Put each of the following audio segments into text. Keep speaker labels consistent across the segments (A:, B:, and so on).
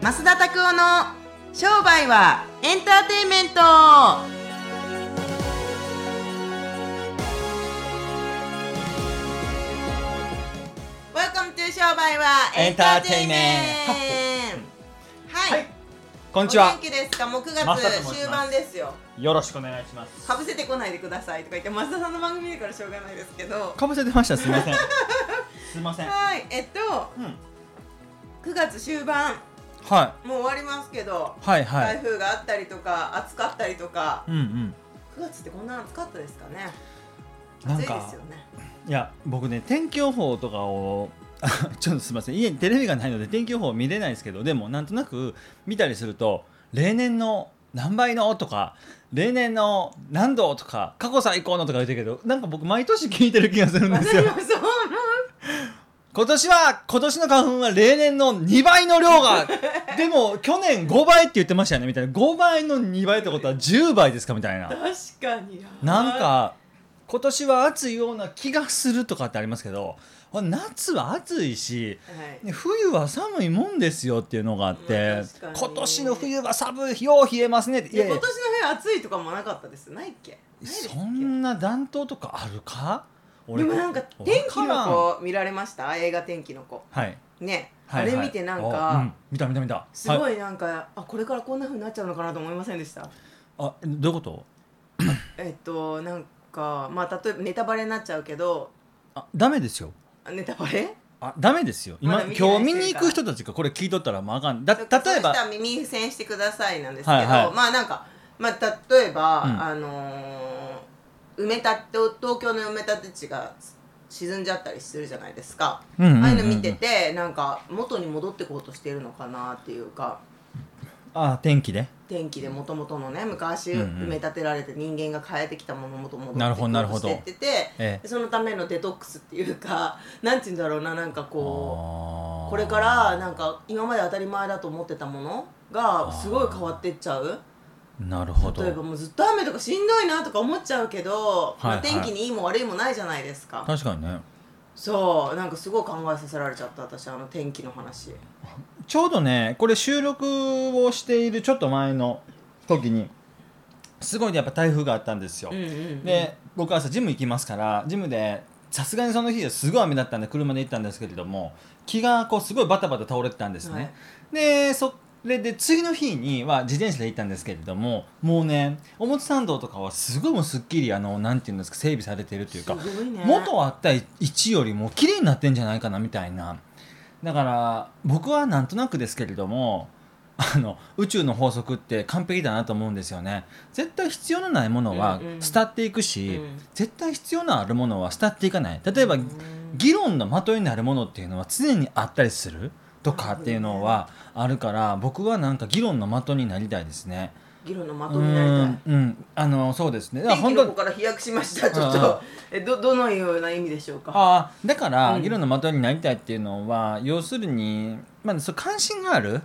A: 増田拓夫の商売はエンターテインメントWelcome to 商売はエンターテインメントはい、
B: はいこ
A: こ
B: んにちは
A: 元。気ですかもう9
B: 増田と申しま
A: 月
B: す
A: 終盤ですよ
B: よろしくお願いします。
A: かぶせてこないでくださいとか言って増田さんの番組だからしょうがないですけど
B: かぶせてました。すみません。 すみません。
A: はいえっと
B: うん。
A: 9月終盤
B: は
A: もう終わりますけど
B: い。はいは
A: 台
B: い。
A: 風があったりとか暑かったりとか
B: うんうん。
A: 9月ってこんな暑かったですかね
B: なん
A: 暑い
B: か
A: ですよね
B: いや僕ね天気予報とかを ちょっとすみません家にテレビがないので天気予報見れないですけどでもなんとなく見たりすると例年の何倍のとか例年の何度とか過去最高のとか言ってるけどなんか僕毎年聞いてる気がするんです
A: 私
B: よ
A: も そう思
B: 今年は今年の花粉は例年の2倍の 量がでも去年5倍って言ってましたよねみたいな5倍の2倍ってことは10倍ですかみたいうな
A: 確かに
B: なんか今年は暑いような気がするとかってありますけど夏は暑いし
A: はい
B: ね冬は寒いもんですよっていうのがあって、
A: まあ確かに
B: 今年の冬は寒いよう冷えますねって
A: い
B: いや
A: や
B: い
A: 今
B: や
A: 年の冬暑いとかもなかったですないっけないですっけ
B: そんな暖冬とかあるか
A: でもなんか天気
B: わからん
A: の子見られました映画天気の子
B: はい
A: ね
B: はい
A: あ
B: はい
A: れ見てなん
B: あうん
A: か
B: 見た見た見た
A: すご
B: はい
A: なんかあこれからこんな風になっちゃうのかなと思いませんでした
B: あどういうこと
A: えっとなんかまあ例えばネタバレになっちゃうけど
B: あダメですよ
A: あネタバレ
B: あダメですよ
A: ま
B: 今、
A: だ見てない
B: 今日見に行く人たちがこれ聞いとったらまああかんだ例え
A: そうした
B: ば
A: ら耳栓してくださいなんですけど、
B: はいはい
A: まあなんか、まあ、例えば、
B: うん
A: あのー埋め立て東京の埋め立て地が沈んじゃったりするじゃないですか、
B: うんうんうんうん
A: ああいうの見ててなんか元に戻ってこうとしてるのかなっていうか
B: あ天気で
A: 天気でもともとのね昔
B: うんうん
A: 埋め立てられて人間が変えてきたものもともと
B: なるほどなるほど
A: してってて、
B: ええ
A: そのためのデトックスっていうかなんて言うんだろうななんかこう。
B: こ
A: これからなんか今まで当たり前だと思ってたものがすごい変わってっちゃう
B: なるほど
A: 例えばもうずっと雨とかしんどいなとか思っちゃうけど、まあ
B: はいはい
A: 天気にいいも悪いもないじゃないですか
B: 確かにね
A: そうなんかすごい考えさせられちゃった私あの天気の話
B: ちょうどねこれ収録をしているちょっと前の時にすごいねやっぱ台風があったんですよ、
A: うんうんうん
B: で僕朝ジム行きますからジムでさすがにその日はすごい雨だったんで車で行ったんですけれども気がこうすごいバタバタ倒れてたんですね、
A: はい
B: でそれで次の日には自転車で行ったんですけれどももうね表参道とかはすごいもうすっきりあのなんていうんですか整備されてるという
A: す
B: か
A: ごいね
B: 元あった位置よりも綺麗になってんじゃないかなみたいなだから僕はなんとなくですけれどもあの宇宙の法則って完璧だなと思うんですよね絶対必要のないものは
A: うんうん
B: 慕っていくし、
A: うん
B: 絶対必要のあるものは慕っていかない例えば、議論の的になるものっていうのは常にあったりするとかっていうのはあるから僕はなんか議論の的になりたいですね。
A: 議論の
B: う
A: 的になり
B: ん、うん、あのそうですね。
A: た
B: だから
A: い天気
B: 本
A: の子
B: 当に
A: から飛躍しましたちょっ
B: うん
A: とえどどのような意味でしょうか
B: ああだから、
A: うん
B: 議論の的になりたいっていうのは要するに、まあ、そう関心がある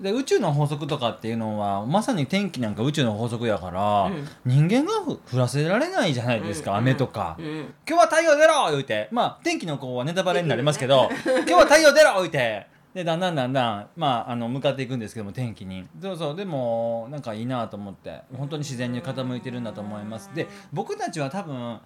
B: で宇宙の法則とかっていうのはまさに天気なんか宇宙の法則やから、
A: うん
B: 人間がふ降らせられないじゃないですか、
A: うん
B: 雨とか、
A: うん
B: 今日は太陽出ろ言うてまあ天気の子はネタバレになりますけど、今日は太陽出ろ言うてでだんだんだんだん、まあ、あの向かっていくんですけども天気にそうそうでもなんかいいなと思って本当に自然に傾いてるんだと思いますで僕たちは多分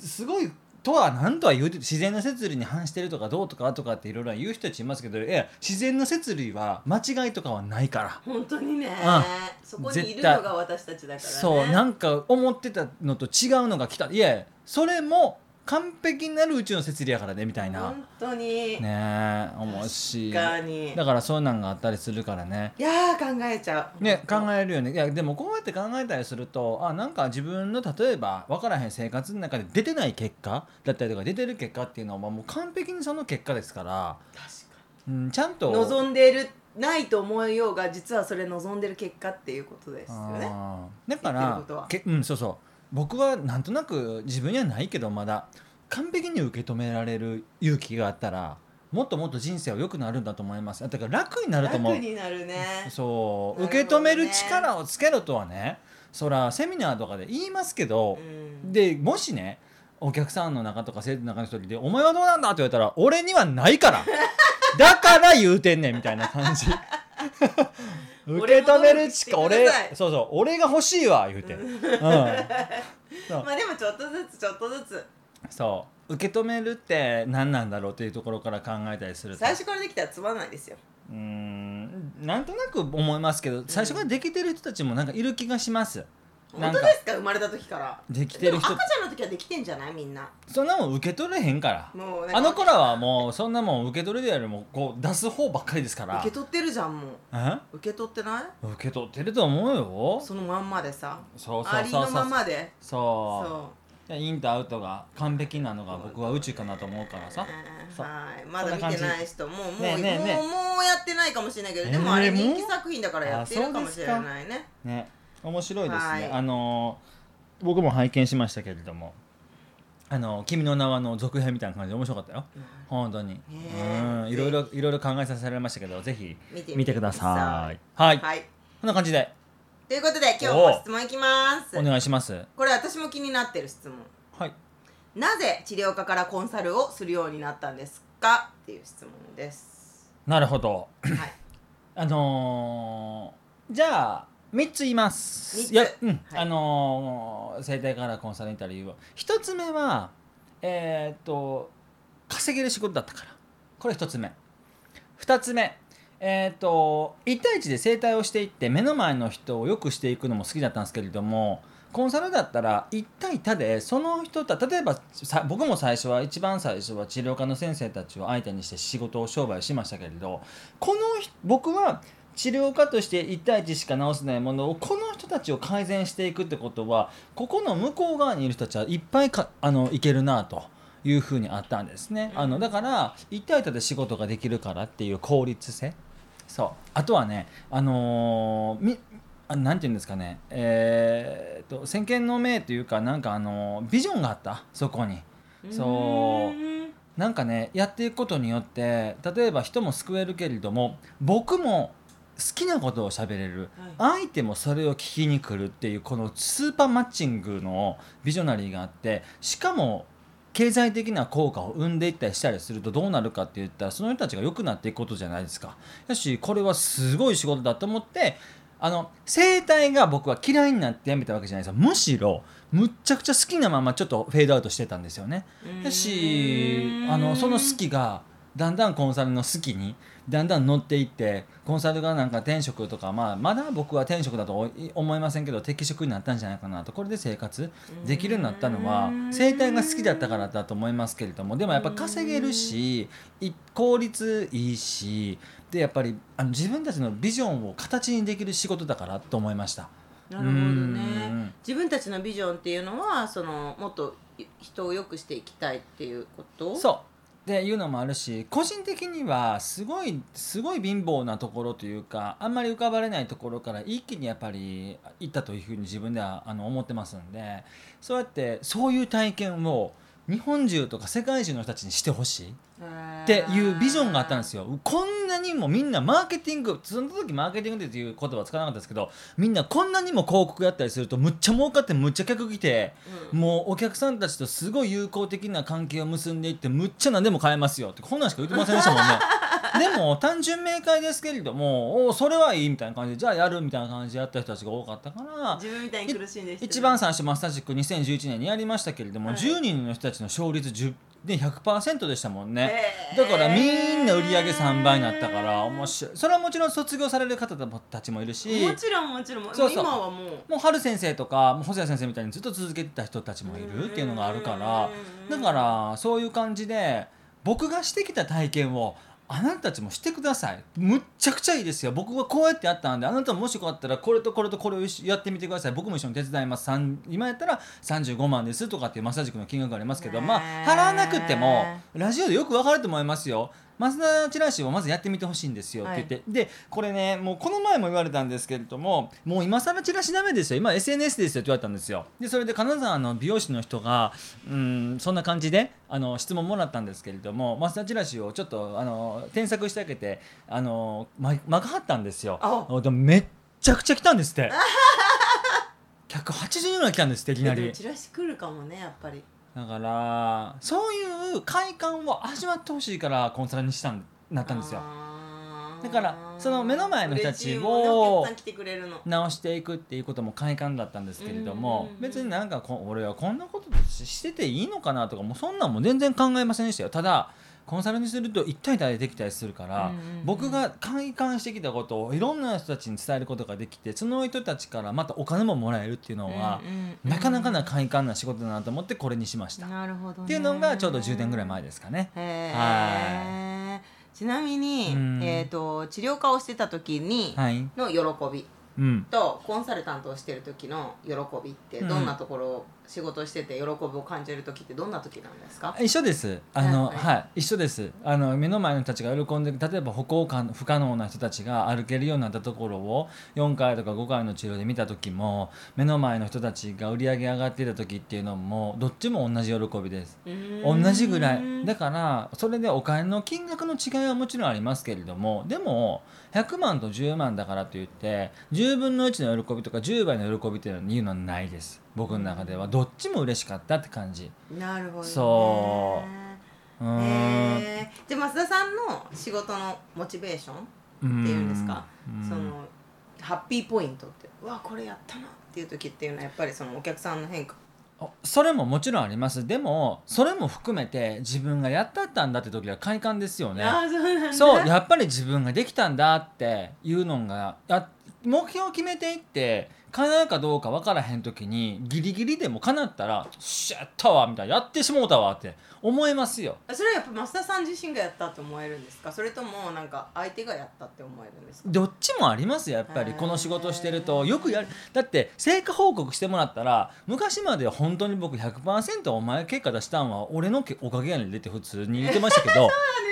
B: すごいとは何とは言うて自然の摂理に反してるとかどうとかとかっていろいろ言う人たちいますけどいや自然の摂理は間違いとかはないから。
A: 本当にね
B: うん
A: そこにいる
B: 絶対
A: のが私たちだからね
B: そうなんか思ってたのと違うのが来たいやそれも完璧になる宇宙の摂理やからねみたいな
A: 本当に
B: ねえ面
A: 確
B: 白
A: か
B: い
A: に
B: だからそういうのがあったりするからね
A: いやー考えちゃう
B: ね考
A: え
B: えるよねいやでもこうやって考えたりするとあなんか自分の例えば分からへん生活の中で出てない結果だったりとか出てる結果っていうのはもう完璧にその結果ですから、
A: 確か
B: うん、ちゃんと
A: に望んでるないと思うようが実はそれ望んでる結果っていうことですよね
B: あーだ
A: 言
B: か
A: ってる
B: ら
A: ことは
B: けうんそうそう僕はなんとなく自分にはないけどまだ完璧に受け止められる勇気があったらもっともっと人生は良くなるんだと思いますだから楽になると思う
A: 楽になるね
B: そう、
A: なるほどね
B: 受け止める力をつけろとはねそらセミナーとかで言いますけど、
A: うん
B: でもしねお客さんの中とか生徒の中の人で「お 前はどうなんだ?」って言われたら「俺にはないからだから言うてんねん」みたいな感じ受け止めるしか
A: 俺も努
B: 俺
A: 力してください
B: そうそう俺が欲しいわ言うて、うん、
A: まあでもちょっとずつちょっとずつ
B: そう受け止めるって何なんだろうっていうところから考えたりすると
A: 最初からできたらつまんないですよ
B: うーんなんとなく思いますけど最初からできてる人たちもなんかいる気がします、な
A: 本
B: んか
A: 当ですか生まれた時から
B: できて
A: で
B: る
A: も
B: 人
A: 赤ちゃんの時はできてんじゃないみんな
B: そんなもん受け取れへんから
A: もうなんか
B: あの頃はもうそんなもん受け取れるよりもこう出す方ばっかりですから
A: 受け取ってるじゃんも
B: え
A: う受け取ってない
B: 受け取ってると思うよ
A: そのまんまでさ
B: そうそ
A: あ
B: う
A: り
B: そう
A: の
B: そ
A: ま
B: う
A: まで
B: そ
A: そう
B: インとアウトが完璧なのが僕は宇宙かなと思うからさ
A: う
B: そう
A: はいま
B: そ
A: だ
B: ん
A: 見
B: な感
A: て
B: じ
A: ない人もうもう
B: ねえねえねえ
A: もうもうやってないかもしれないけど
B: えー
A: でもあれ
B: もう
A: 人気作品だからやってるかもしれ
B: あ
A: ないね
B: ね面白いですね、
A: はい
B: あのー僕も拝見しましたけれどもあの「君の名は」の続編みたいな感じで面白かったよ本当に、
A: え
B: うんいろいろいろいろ考えさせられましたけどぜ
A: 見
B: ひ
A: てみて
B: 見てください
A: は
B: はいい、こんな感じで
A: ということで今日も質問いきます
B: お願いします
A: これ私も気になってる質問
B: はい
A: なぜ治療科からコンサルをするようになったんですかっていう質問です
B: なるほど
A: はい
B: あのーじゃあ3つ言います
A: 三つ
B: いやうん
A: はい
B: あのー整体からコンサルインタビューを1つ目はえーっと稼げる仕事だったからこれ1つ目2つ目えーっと1対1で整体をしていって目の前の人を良くしていくのも好きだったんですけれどもコンサルだったら1対多でその人た例えばさ僕も最初は一番最初は治療科の先生たちを相手にして仕事を商売しましたけれどこの人僕は治療家として1対1しか治せないものをこの人たちを改善していくってことはここの向こう側にいる人たちはいっぱいかあのいけるなというふうにあったんですねあのだから1対1で仕事ができるからっていう効率性そうあとはねあのーみあなんて言うんですかねえーっと先見の明というかなんかあのービジョンがあったそこに。そう
A: ーん
B: なんかねやっていくことによって例えば人も救えるけれども僕も好きなことを喋れる
A: はい
B: 相手もそれを聞きに来るっていうこのスーパーマッチングのビジョナリーがあってしかも経済的な効果を生んでいったりしたりするとどうなるかって言ったらその人たちが良くなっていくことじゃないですか。だしこれはすごい仕事だと思ってあの生態が僕は嫌いになってやめたわけじゃないですよむしろむっちゃくちゃ好きなままちょっとフェードアウトしてたんですよね。
A: うーん
B: だしあのその好きがだんだんコンサルの好きにだんだん乗っていってコンサルがなんか転職とか、まあ、まだ僕は転職だとおい思いませんけど適職になったんじゃないかなとこれで生活できるようになったのは
A: うーん
B: 生態が好きだったからだと思いますけれどもでもやっぱ稼げるしい効率いいしでやっぱりあの自分たちのビジョンを形にできる仕事だからと思いました。
A: なるほど
B: う
A: ね
B: ん
A: 自分たちのビジョンっていうのはそのもっと人を良くしていきたいっていうことう
B: そうっていうのもあるし個人的にはすごいすごい貧乏なところというかあんまり浮かばれないところから一気にやっぱり行ったというふうに自分ではあの思ってますんでそうやってそういう体験を日本中とか世界中の人たちにしてほしい。
A: っ
B: っていうビジョンがあったんです
A: よ
B: よこんなにもみんなマーケティングその時マーケティングっていう言葉は使わなかったですけどみんなこんなにも広告やったりするとむっちゃ儲かってむっちゃ客来て、
A: う
B: もうお客さんたちとすごい友好的な関係を結んでいってむっちゃ何でも買えますよってこんなんしか言ってませんでしたもんね。でも単純明快ですけれどもおーそれはいいみたいな感じでじゃあやるみたいな感じでやった人たちが多かったから
A: 自分みたいに苦しんでる人
B: 一番最初マスタジック2011年にやりましたけれども、
A: はい
B: 10人の人たちの勝率10で100%でしたもんね。
A: へー
B: だからみんな売り上げ3倍になったから面白いそれはもちろん卒業される方たちもいるし
A: もちろんもちろん
B: そうそう
A: 今はもう
B: もう春先生とかもう細谷先生みたいにずっと続けてた人たちもいるっていうのがあるからだからそういう感じで僕がしてきた体験をあなたたちもしてくださいむっちゃくちゃいいですよ僕はこうやってやったんであなたももしよかったらこれとこれとこれを一緒やってみてください僕も一緒に手伝いますさん今やったら35万ですとかっていうマッサージ君の金額がありますけどまあ
A: ねえ
B: 払わなくてもラジオでよくわかると思いますよ増田チラシをまずやってみてほしいんですよって言って、でこれねもうこの前も言われたんですけれどももう今更チラシダメですよ今 SNS ですよって言われたんですよでそれで金沢の美容師の人がうんそんな感じであの質問もらったんですけれども増田チラシをちょっとあの添削してあげてあのま巻かはったんですよ
A: あ
B: でもめっちゃくちゃ来たんですって180人ぐらい来たんですっていきな
A: でも
B: り
A: チラシ来るかもねやっぱり
B: だからそういう快感を味わってほしいからコンサルにしたんなったんですよ
A: あ
B: だからその目の前の人たち
A: 嬉し
B: を
A: いもんねお客さん来てくれるの
B: 直していくっていうことも快感だったんですけれど
A: うん
B: も
A: うんうん
B: 別になんかこ俺はこんなことししてていいのかなとかもうそんなんも全然考えませんでしたよただコンサルにすると一対体でできたりするから、
A: うんうんうん
B: 僕が快感してきたことをいろんな人たちに伝えることができてその人たちからまたお金ももらえるっていうのは、
A: うんうんうん
B: なかなかな快感な仕事だなと思ってこれにしました。っ
A: なるほどね
B: ていうのがちょうど10年ぐらい前ですかね。
A: へえちなみに、
B: うん
A: えー、と治療家をしてた時に
B: はい、
A: の喜び
B: うん
A: とコンサルタントをしてる時の喜びってどんなところを仕事してて喜びを感じる時ってどんな時なんですか、
B: 一緒ですあの、
A: はい
B: はい、一緒ですあの目の前の人たちが喜んで例えば歩行感不可能な人たちが歩けるようになったところを4回とか5回の治療で見た時も目の前の人たちが売り上げ上がっていた時っていうのもどっちも同じ喜びです同じぐらいだからそれでお金の金額の違いはもちろんありますけれどもでも100万と10万だからといって10分の1の喜びとか10倍の喜びっていうのは言うのはないです僕の中ではどっちも嬉しかったって感じ
A: なるほどね
B: そううーん
A: へーじゃあ増田さんの仕事のモチベーションっていうんですか
B: うん
A: そのハッピーポイントってうわこれやったなっていう時っていうのはやっぱりそのお客さんの変化
B: あそれももちろんありますでもそれも含めて自分がやったったんだって時は快感ですよね
A: あーそうなんだ
B: そうやっぱり自分ができたんだっていうのがや目標を決めていって叶うかどうか分からへん時にギリギリでも叶ったら「シャッたわ」みたいな「やってしもうたわ」って思いますよ。
A: それはやっぱ増田さん自身がやったと思えるんですかそれともなんか相手がやったって思えるんですか
B: どっちもありますよやっぱり
A: へー
B: この仕事してるとよくやるだって成果報告してもらったら昔までは本当に僕100%お前結果出したんは俺のおかげやねんでって普通に言ってました けど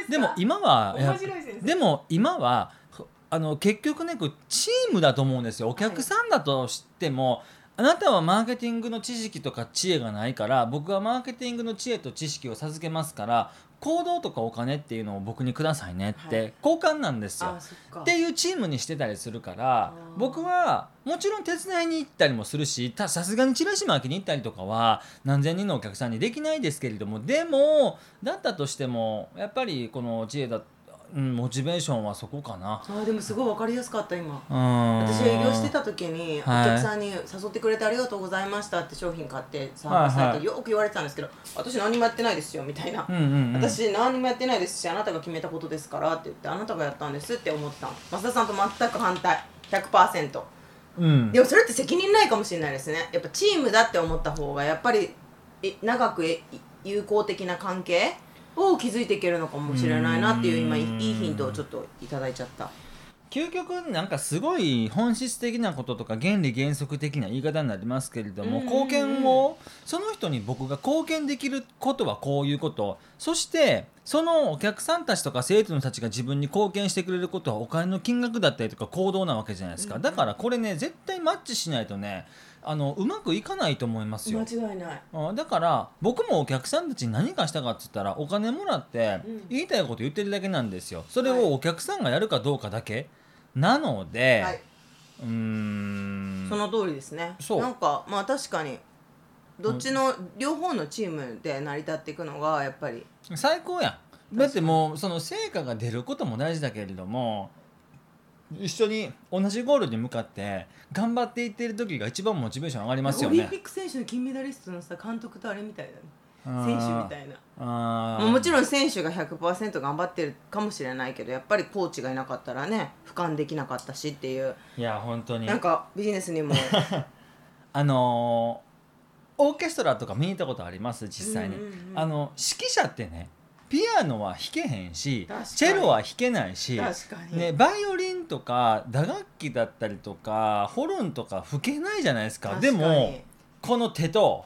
B: でも今はやっぱ
A: 面白い先生
B: でも今はふあの結局ねこうチームだと思うんですよお客さんだとしても、あなたはマーケティングの知識とか知恵がないから僕はマーケティングの知恵と知識を授けますから行動とかお金っていうのを僕にくださいねって、
A: はい
B: 交換なんですよ
A: あ。そっか
B: っていうチームにしてたりするから
A: あー
B: 僕はもちろん手伝いに行ったりもするしたさすがにチラシ巻きに行ったりとかは何千人のお客さんにできないですけれどもでもだったとしてもやっぱりこの知恵だ、うん、モチベーションはそこかな。
A: あーでもすごい分かりやすかった今
B: うん
A: 私営業してた時にお
B: はい
A: 客さんに「誘ってくれてありがとうございました」って商品買って参加され
B: はいはい
A: てよく言われてたんですけど「私何もやってないですよ」みたいな
B: うんうんうん、
A: 私何もやってないですしあなたが決めたことですからって言ってあなたがやったんですって思ったの増田さんと全く反対100%
B: うん
A: でもそれって責任ないかもしれないですねやっぱチームだって思った方がやっぱりえ長くえ友好的な関係を築いていけるのかもしれないなっていう今いいいヒントをちょっといただいちゃった
B: 究極なんかすごい本質的なこととか原理原則的な言い方になりますけれども、
A: うんうんうん
B: 貢献をその人に僕が貢献できることはこういうことそしてそのお客さんたちとか生徒の人たちが自分に貢献してくれることはお金の金額だったりとか行動なわけじゃないですか、だからこれね絶対マッチしないとねあのうまくいかないと思いますよ。
A: 違いない
B: あだから僕もお客さんたちに何がしたかっつったらお金もらって
A: うん
B: 言いたいこと言ってるだけなんですよそれ
A: はい
B: をお客さんがやるかどうかだけなので、
A: はいう
B: ーん
A: その通りですね
B: そう
A: なんかまあ確かにどっちの両方のチームで成り立っていくのがやっぱり
B: 最高やんだってもうその成果が出ることも大事だけれども一緒に同じゴールに向かって頑張っていってる時が一番モチベーション上がりますよ
A: オ リン
B: ね
A: ピック選手の金メダリストのさ監督とあれみたいだ
B: あ
A: ね
B: ー
A: 選手みたいな
B: あ
A: まあもち
B: ろん
A: ろん選手が100%頑張ってるかもしれないけどやっぱりコーチがいなかったらね俯瞰できなかったしっていう
B: いや本当に
A: なんかビジネスに も
B: あのーオーケストラとか見に行ったことあります実際に、
A: うんうんうん
B: あの指揮者ってねピアノは弾けへんし
A: 確かに
B: チェロは弾けないし、
A: 確かに、
B: ね、バイオリンとか打楽器だったりとかホルンとか吹けないじゃないですか
A: 確か
B: で
A: に
B: もこの手と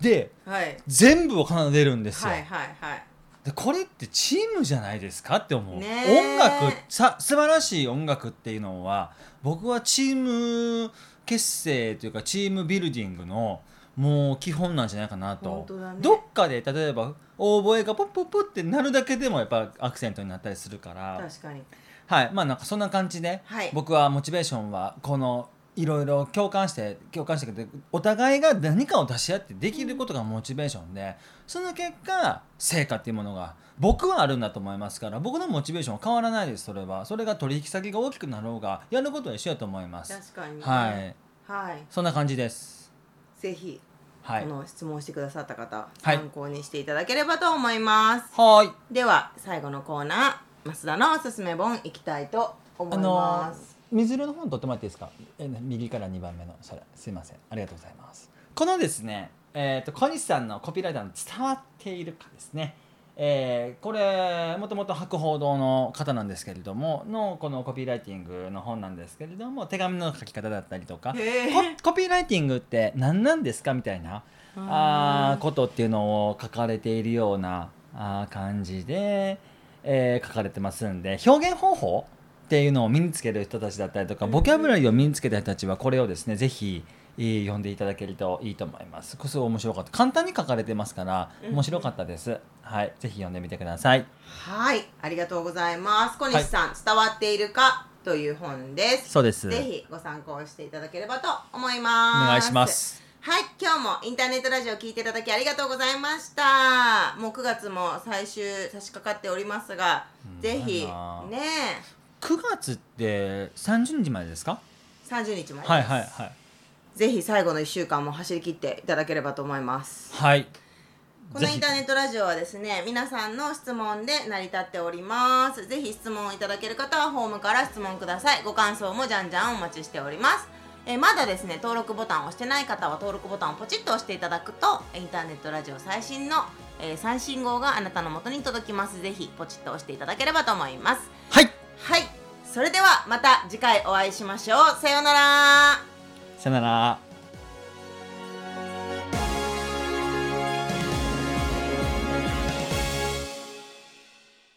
B: で
A: はい
B: 全部を奏でるんですよ、
A: はいはいはい
B: でこれってチームじゃないですかって思う、
A: ねえ
B: 音楽さ素晴らしい音楽っていうのは僕はチーム結成というかチームビルディングのもう基本なんじゃないかな
A: 本
B: と、
A: 当だね
B: どっかで例えばオーボエがポッポッポッってなるだけでもやっぱアクセントになったりするから
A: 確かに
B: はいまあなんかそんな感じで、
A: はい
B: 僕はモチベーションはこのいろいろ共感して共感してくれてお互いが何かを出し合ってできることがモチベーションでその結果成果っていうものが僕はあるんだと思いますから僕のモチベーションは変わらないですそれはそれが取引先が大きくなろうがやることは一緒やと思います
A: 確かに、
B: はい
A: はい
B: そんな感じです
A: ぜひ
B: は
A: こ
B: い
A: の質問してくださった方、
B: はい
A: 参考にしていただければと思います
B: はーい
A: では最後のコーナー増田のおすすめ本いきたいと思い
B: あ
A: ま
B: の
A: す、
B: 水色の本取ってもらっていいですかえ右から2番目のそれすいませんありがとうございますこのですねえっ、と小西さんのコピーライターの伝わっているかですねえーこれもともと博報堂の方なんですけれどものこのコピーライティングの本なんですけれども手紙の書き方だったりとか
A: へー
B: ココピーライティングって何なんですかみたいなあーことっていうのを書かれているようなあー感じで、えー書かれてますんで表現方法っていうのを身につける人たちだったりとかボキャブラリーを身につけた人たちはこれをですねぜひえー読んでいただけるといいと思います。これすごい面白かった。簡単に書かれてますから
A: うん
B: 面白かったです。はい、ぜひ読んでみてください。
A: はいありがとうございます小西さん、伝わっているかという本です
B: そうです。
A: ぜひご参考していただければと思い
B: お
A: ます
B: 願いします。
A: はい、今日もインターネットラジオ聞いていただきありがとうございました。もう9月も最終差し掛かっておりますが、
B: うん
A: ぜひね
B: 早いな
A: え、
B: 9月って30日までですか？
A: 30日まで、
B: はいはいはい
A: ぜひ最後の1週間も走り切っていただければと思います。
B: はい。
A: こ
B: ぜ
A: の
B: ひ
A: インターネットラジオはですね、皆さんの質問で成り立っております。ぜひ質問いただける方はホームから質問ください。ご感想もじゃんじゃんお待ちしております。えーまだですね、登録ボタンを押してない方は登録ボタンをポチッと押していただくと、インターネットラジオ最新の、えー最新号があなたの元に届きます。ぜひポチッと押していただければと思います。
B: はい。
A: はい、それではまた次回お会いしましょう。さようなら。
B: さよなら。